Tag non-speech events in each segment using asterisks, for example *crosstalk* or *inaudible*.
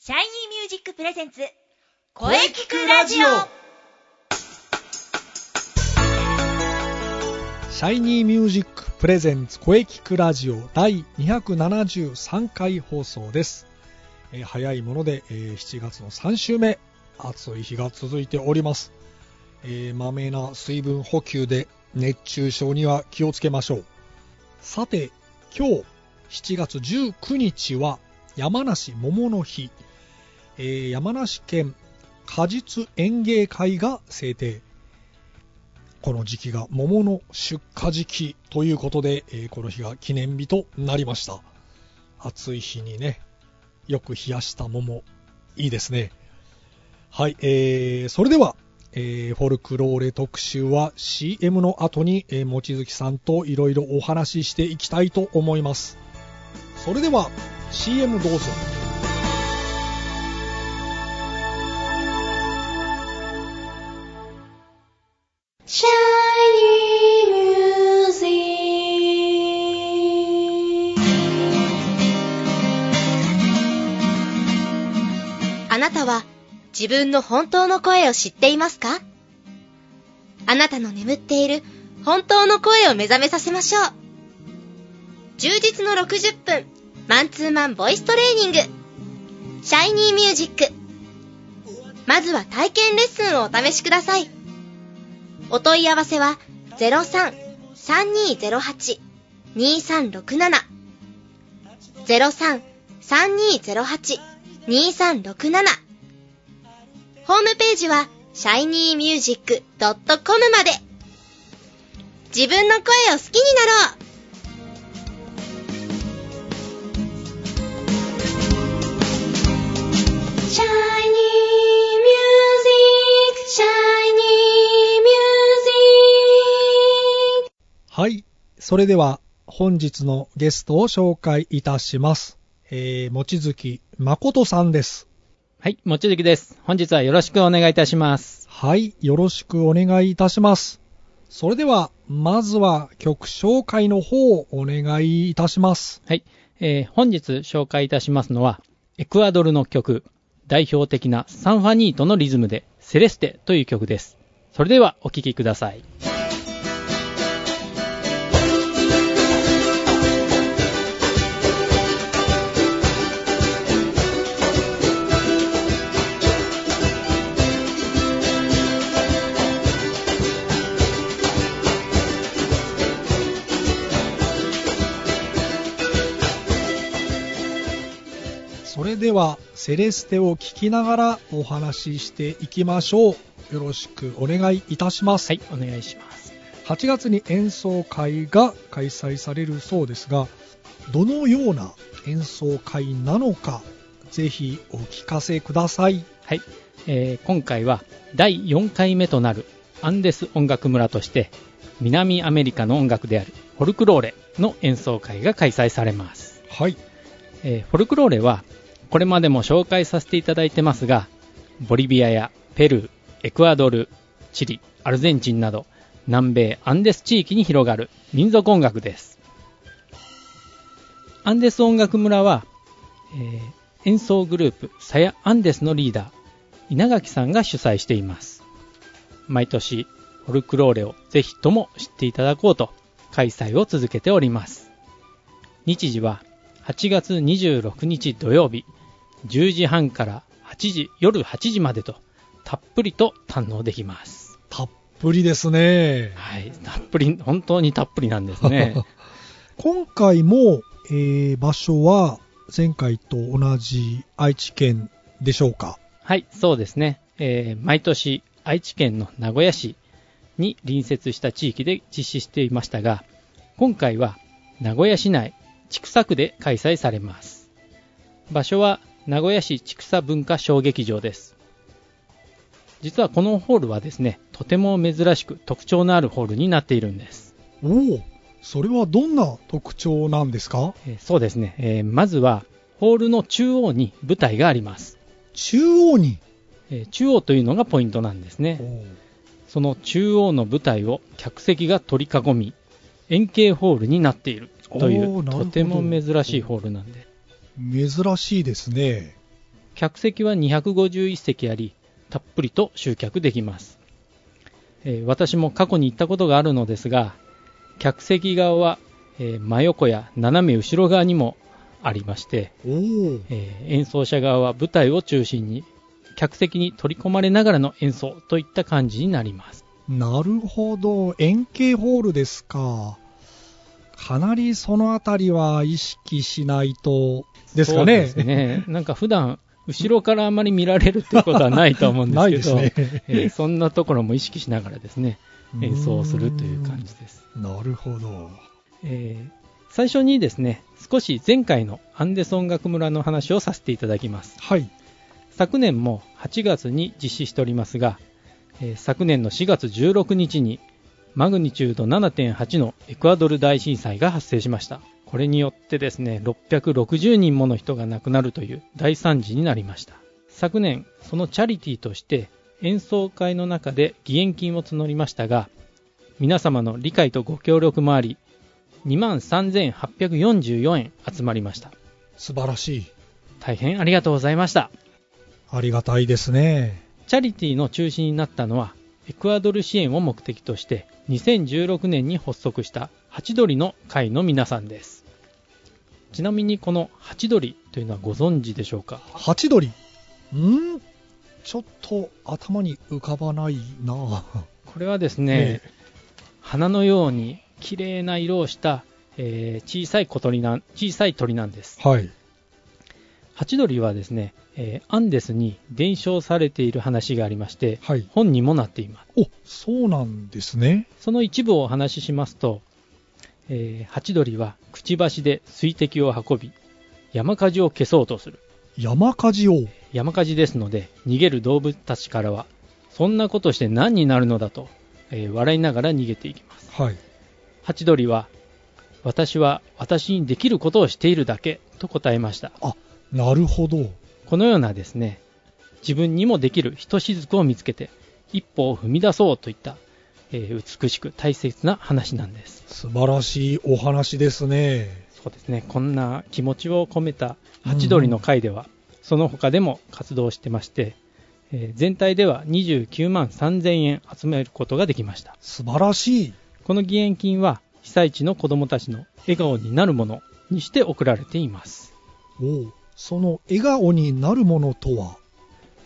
シャイニーミュージックプレゼンツ声聞くラジオシャイニーミュージックプレゼンツ声聞くラジオ第273回放送です、えー早いもので、えー7月の3週目暑い日が続いております、えーまめな水分補給で熱中症には気をつけましょうさて今日7月19日は山梨桃の日、えー山梨県果実園芸会が制定この時期が桃の出荷時期ということで、えーこの日が記念日となりました暑い日にねよく冷やした桃いいですねはい、えーそれでは、えーフォルクローレ特集は CM の後に、えー、望月さんといろいろお話ししていきたいと思いますそれでは CM どうぞシャイニーミュージックあなたは自分の本当の声を知っていますかあなたの眠っている本当の声を目覚めさせましょう充実の60分マンツーマンボイストレーニングシャイニーミュージックまずは体験レッスンをお試しくださいお問い合わせは03-3208-2367 03-3208-2367ホームページは shinymusic.com まで自分の声を好きになろうシャイニーミュージック、シャイニーミュージック。はい。それでは本日のゲストを紹介いたします。えー、もちづき誠さんです。はい、もちづきです。本日はよろしくお願いいたします。はい。よろしくお願いいたします。それでは、まずは曲紹介の方をお願いいたします。はい、えー本日紹介いたしますのは、エクアドルの曲、代表的なサンファニートのリズムで、セレステという曲です。それではお聴きください。それでは、セレステを聴きながらお話ししていきましょう。よろしくお願いいたします。はい、お願いします。 8月に演奏会が開催されるそうですがどのような演奏会なのかぜひお聞かせくださいはい、えー今回は第4回目となるアンデス音楽村として南アメリカの音楽であるフォルクローレの演奏会が開催されます、はいえーフォルクローレはこれまでも紹介させていただいてますがボリビアやペルーエクアドルチリアルゼンチンなど南米アンデス地域に広がる民族音楽ですアンデス音楽村は、えー演奏グループサヤ・アンデスのリーダー稲垣さんが主催しています毎年フォルクローレをぜひとも知っていただこうと開催を続けております日時は8月26日土曜日10時半から8時夜8時までとたっぷりと堪能できますたっぷりですねはいたっぷり本当にたっぷりなんですね今回も、えー場所は前回と同じ愛知県でしょうかはい、そうですね。えー毎年、愛知県の名古屋市に隣接した地域で実施していましたが、今回は名古屋市内、千種区で開催されます。場所は名古屋市千種文化小劇場です。実はこのホールはですね、とても珍しく特徴のあるホールになっているんです。おおそれはどんな特徴なんですかえーそうですね、えーまずはホールの中央に舞台があります。中央にえー中央というのがポイントなんですね。おーその中央の舞台を客席が取り囲み、円形ホールになっているといおーう、なるほどとても珍しいホールなんで、珍しいですね客席は251席ありたっぷりと集客できます、えー私も過去に行ったことがあるのですが客席側は、えー真横や斜め後ろ側にもありまして、おーえー演奏者側は舞台を中心に客席に取り込まれながらの演奏といった感じになりますなるほど円形ホールですかかなりそのあたりは意識しないとですかねそうですねなんか普段後ろからあまり見られるっていうことはないとは思うんですないけですどねえーそんなところも意識しながらですね演奏をするという感じです、なるほどえー最初にですね少し前回のアンデス音楽村の話をさせていただきますはい昨年も8月に実施しておりますが、えー昨年の4月16日にマグニチュード7.8のエクアドル大震災が発生しましたこれによってですね660人もの人が亡くなるという大惨事になりました昨年そのチャリティーとして演奏会の中で義援金を募りましたが皆様の理解とご協力もあり2万3844円集まりました素晴らしい大変ありがとうございましたありがたいですねチャリティーの中心になったのはエクアドル支援を目的として2016年に発足したハチドリの会の皆さんですちなみにこのハチドリというのはご存知でしょうかハチドリんちょっと頭に浮かばないなこれはですね、花のように綺麗な色をした、えー小さい小鳥なん小さい鳥なんですはいハチドリはですね、えーアンデスに伝承されている話がありましてはい本にもなっていますおそうなんですねその一部をお話ししますと、えーハチドリはくちばしで水滴を運び山火事を消そうとする山火事を山火事ですので逃げる動物たちからはそんなことして何になるのだと、えー笑いながら逃げていきますはいハチドリは私は私にできることをしているだけと答えましたあなるほどこのようなですね自分にもできるひとしずくを見つけて一歩を踏み出そうといった、えー美しく大切な話なんです素晴らしいお話ですねそうですね、こんな気持ちを込めたハチドリの会では、その他でも活動してまして、えー全体では29万3000円集めることができました。素晴らしいこの義援金は、被災地の子どもたちの笑顔になるものにして送られています。おその笑顔になるものとは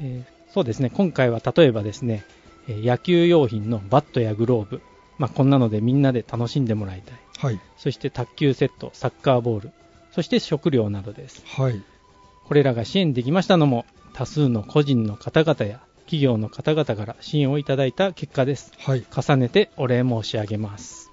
えーそうですね、今回は例えばですね、えー野球用品のバットやグローブ、まあ、こんなのでみんなで楽しんでもらいたい。はいそして卓球セット、サッカーボール、そして食料などです。はいこれらが支援できましたのも多数の個人の方々や企業の方々から支援をいただいた結果ですはい重ねてお礼申し上げます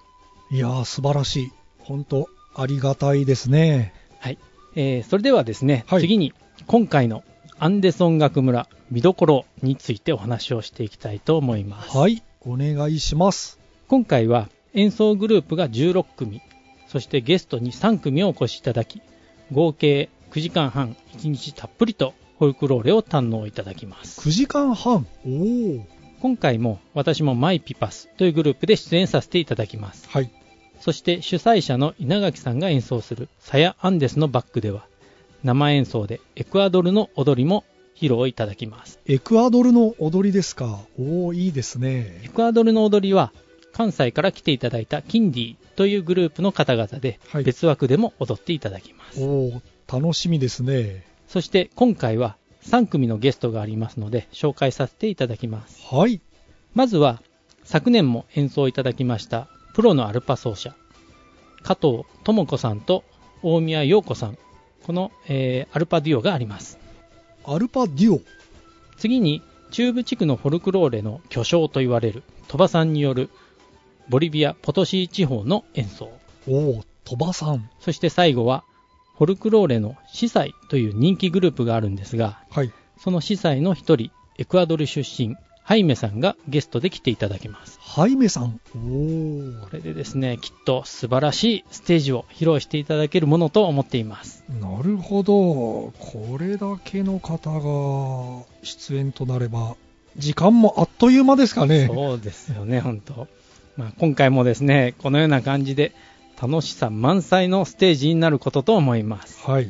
いやー素晴らしい本当ありがたいですねはい、えーそれではですね、はい次に今回のアンデソン学村見どころについてお話をしていきたいと思いますはいお願いします今回は演奏グループが16組そしてゲストに3組をお越しいただき合計9時間半1日たっぷりとホルクローレを堪能いただきます9時間半おお今回も私もマイピパスというグループで出演させていただきますはいそして主催者の稲垣さんが演奏するサヤ・アンデスのバックでは生演奏でエクアドルの踊りも披露いただきますエクアドルの踊りですかおおいいですエねクアドルの踊りは関西から来ていただいたキンディというグループの方々ではい別枠でも踊っていただきます、おお楽しみですねそして今回は3組のゲストがありますので紹介させていただきますはいまずは昨年も演奏いただきましたプロのアルパ奏者加藤智子さんと大宮陽子さんこの、えーアルパデュオがありますアルパデュオ次に中部地区のフォルクローレの巨匠と言われる鳥羽さんによるボリビア・ポトシー地方の演奏おお鳥羽さんそして最後はフォルクローレの司祭という人気グループがあるんですがはいその司祭の一人エクアドル出身ハイメさんがゲストで来ていただきますハイメさんおこれでですね、きっと素晴らしいステージを披露していただけるものと思っています。おなるほどこれだけの方が出演となれば時間もあっという間ですかねそうですよね、本当。まあ、今回もですね、このような感じで楽しさ満載のステージになることと思います。はい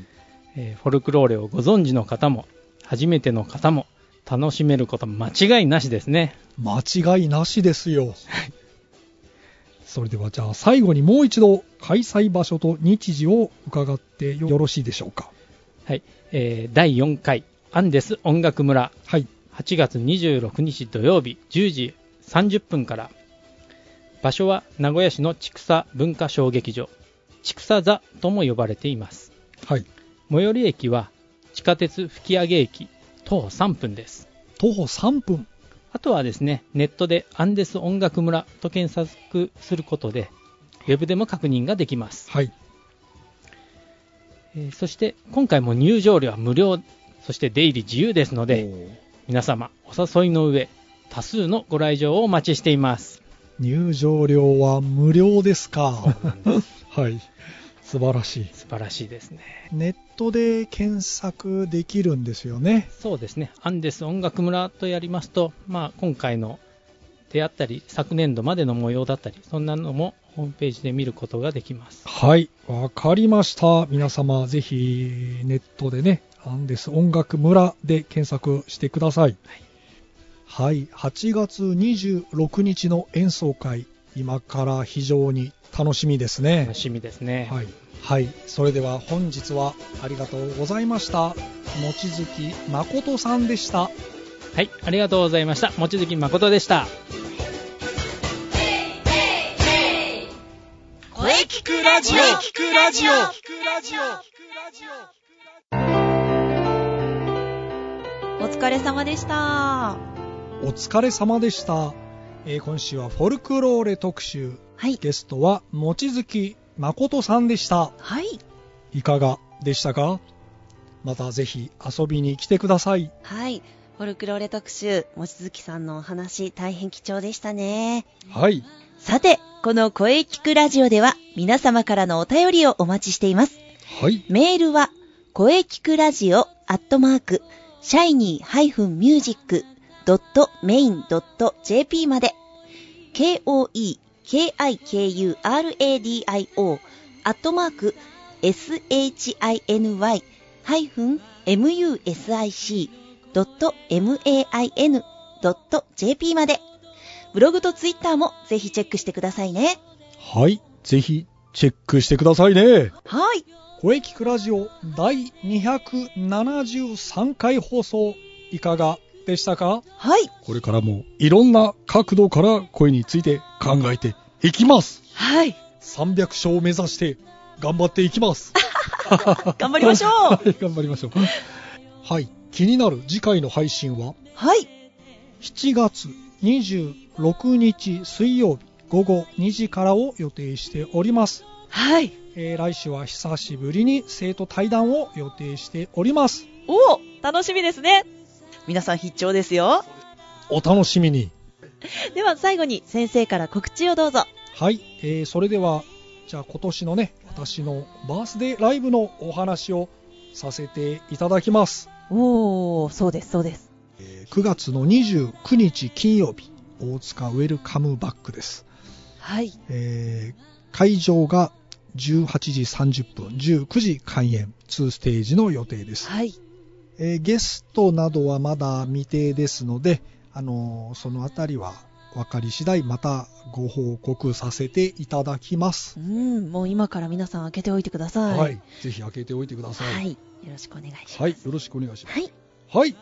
えーフォルクローレをご存知の方も、初めての方も楽しめること間違いなしですね。間違いなしですよ。それではじゃあ最後にもう一度開催場所と日時を伺ってよろしいでしょうか。はい、えー第4回アンデス音楽村はい。 8月26日土曜日10時30分から場所は名古屋市の千草文化小劇場千草座とも呼ばれていますはい。最寄り駅は地下鉄吹上駅徒歩3分です徒歩3分。あとはですねネットでアンデス音楽村と検索することでウェブでも確認ができますはい。えーそして今回も入場料は無料そして出入り自由ですのでおー皆様お誘いの上多数のご来場をお待ちしています入場料は無料ですか。なんではい。素晴らしい。素晴らしいですねネットで検索できるんですよね。そうですねアンデス音楽村とやりますと、まあ、今回の出会ったり昨年度までの模様だったりそんなのもホームページで見ることができますはい、わかりました。皆様、ぜひネットでね、アンデス音楽村で検索してください。はい、8月26日の演奏会、今から非常に楽しみですね楽。しみですね、はい、はい、それでは本日はありがとうございました。望月誠さんでした。はい、ありがとうございました望月誠でした声聞くラジオ聞くラジオお疲れ様でした。お疲れ様でした。えー今週はフォルクローレ特集はい。ゲストは望月誠さんでした。はい。いかがでしたかまたぜひ遊びに来てください。はい。フォルクローレ特集、望月さんのお話、大変貴重でしたね。はい。さて、この声聞くラジオでは、皆様からのお便りをお待ちしています。はい。メールは、声聞くラジオアットマーク、シャイニー -music.main.jp まで、k-o-e-k-i-k-u-r-a-d-i-o アットマーク、shiny-music.main.jp まで、ブログとツイッターもぜひチェックしてくださいね。はい。ぜひ、チェックしてくださいね。はい。声聞くラジオ第273回放送、いかがでしたかはい。これからも、いろんな角度から声について考えていきます。はい。 300勝を目指して、頑張っていきます。頑張りま *laughs* しょうはい *laughs* 頑張りましょう。はい。気になる次回の配信は、はい。 7月26日水曜日午後2時からを予定しております、はい。えー来週は久しぶりに生徒対談を予定しておりますおお楽しみですね皆さん必聴ですよお楽しみにでは最後に先生から告知をどうぞはい、えーそれではじゃあ今年のね私のバースデーライブのお話をさせていただきますおおそうですそうですえー9月の29日金曜日大塚ウェルカムバックですはいえー会場が18時30分、19時開演、2ステージの予定です。はいえーゲストなどはまだ未定ですので、あのーそのあたりは分かり次第またご報告させていただきますう。んもう今から皆さん開けておいてくださはいい、ぜひ開けておいてください。ははいい。よろしくお願いしますよろしくお願いしまはいす。はい。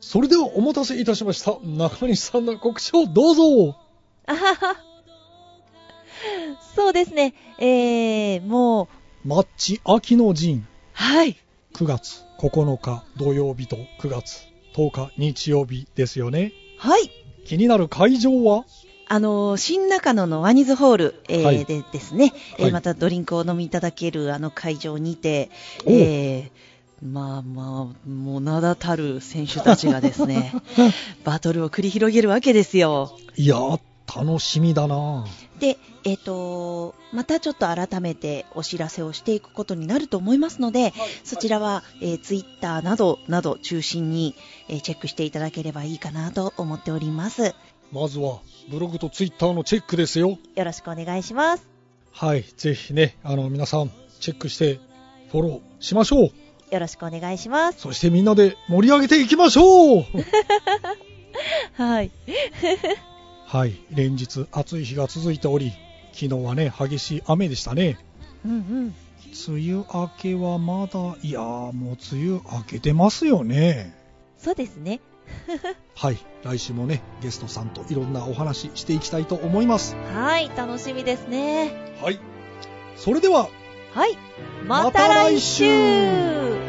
それではお待たせいたしました。中西さんの告知をどうぞ。あははそうですねえー、もうマッチ秋の陣。はい9月9日土曜日と9月10日日曜日ですよねはい気になる会場はあの新中野のワニズホール、えーはいでですね、えーはいまたドリンクをお飲みいただけるあの会場にて、おうえーまあまあ、もう名だたる選手たちがですね、 *laughs* バトルを繰り広げるわけですよ。いやー楽しみだなで、えっ、と、またちょっと改めてお知らせをしていくことになると思いますので、そちらは、えー、ツイッターなど、など中心に、えーチェックしていただければいいかなと思っております。まずはブログとツイッターのチェックですよよろしくお願いします。はいぜひねあの皆さんチェックしてフォローしましょうよろしくお願いします。そしてみんなで盛り上げていきましょうはい。 *laughs* はい連日暑い日が続いており昨日はね激しい雨でしたねうんうん。梅雨明けはまだいやーもう梅雨明けてますよねそうですね。はい来週もねゲストさんといろんなお話ししていきたいと思いますはい、楽しみですね。はいそれでははい。ままたた来来週週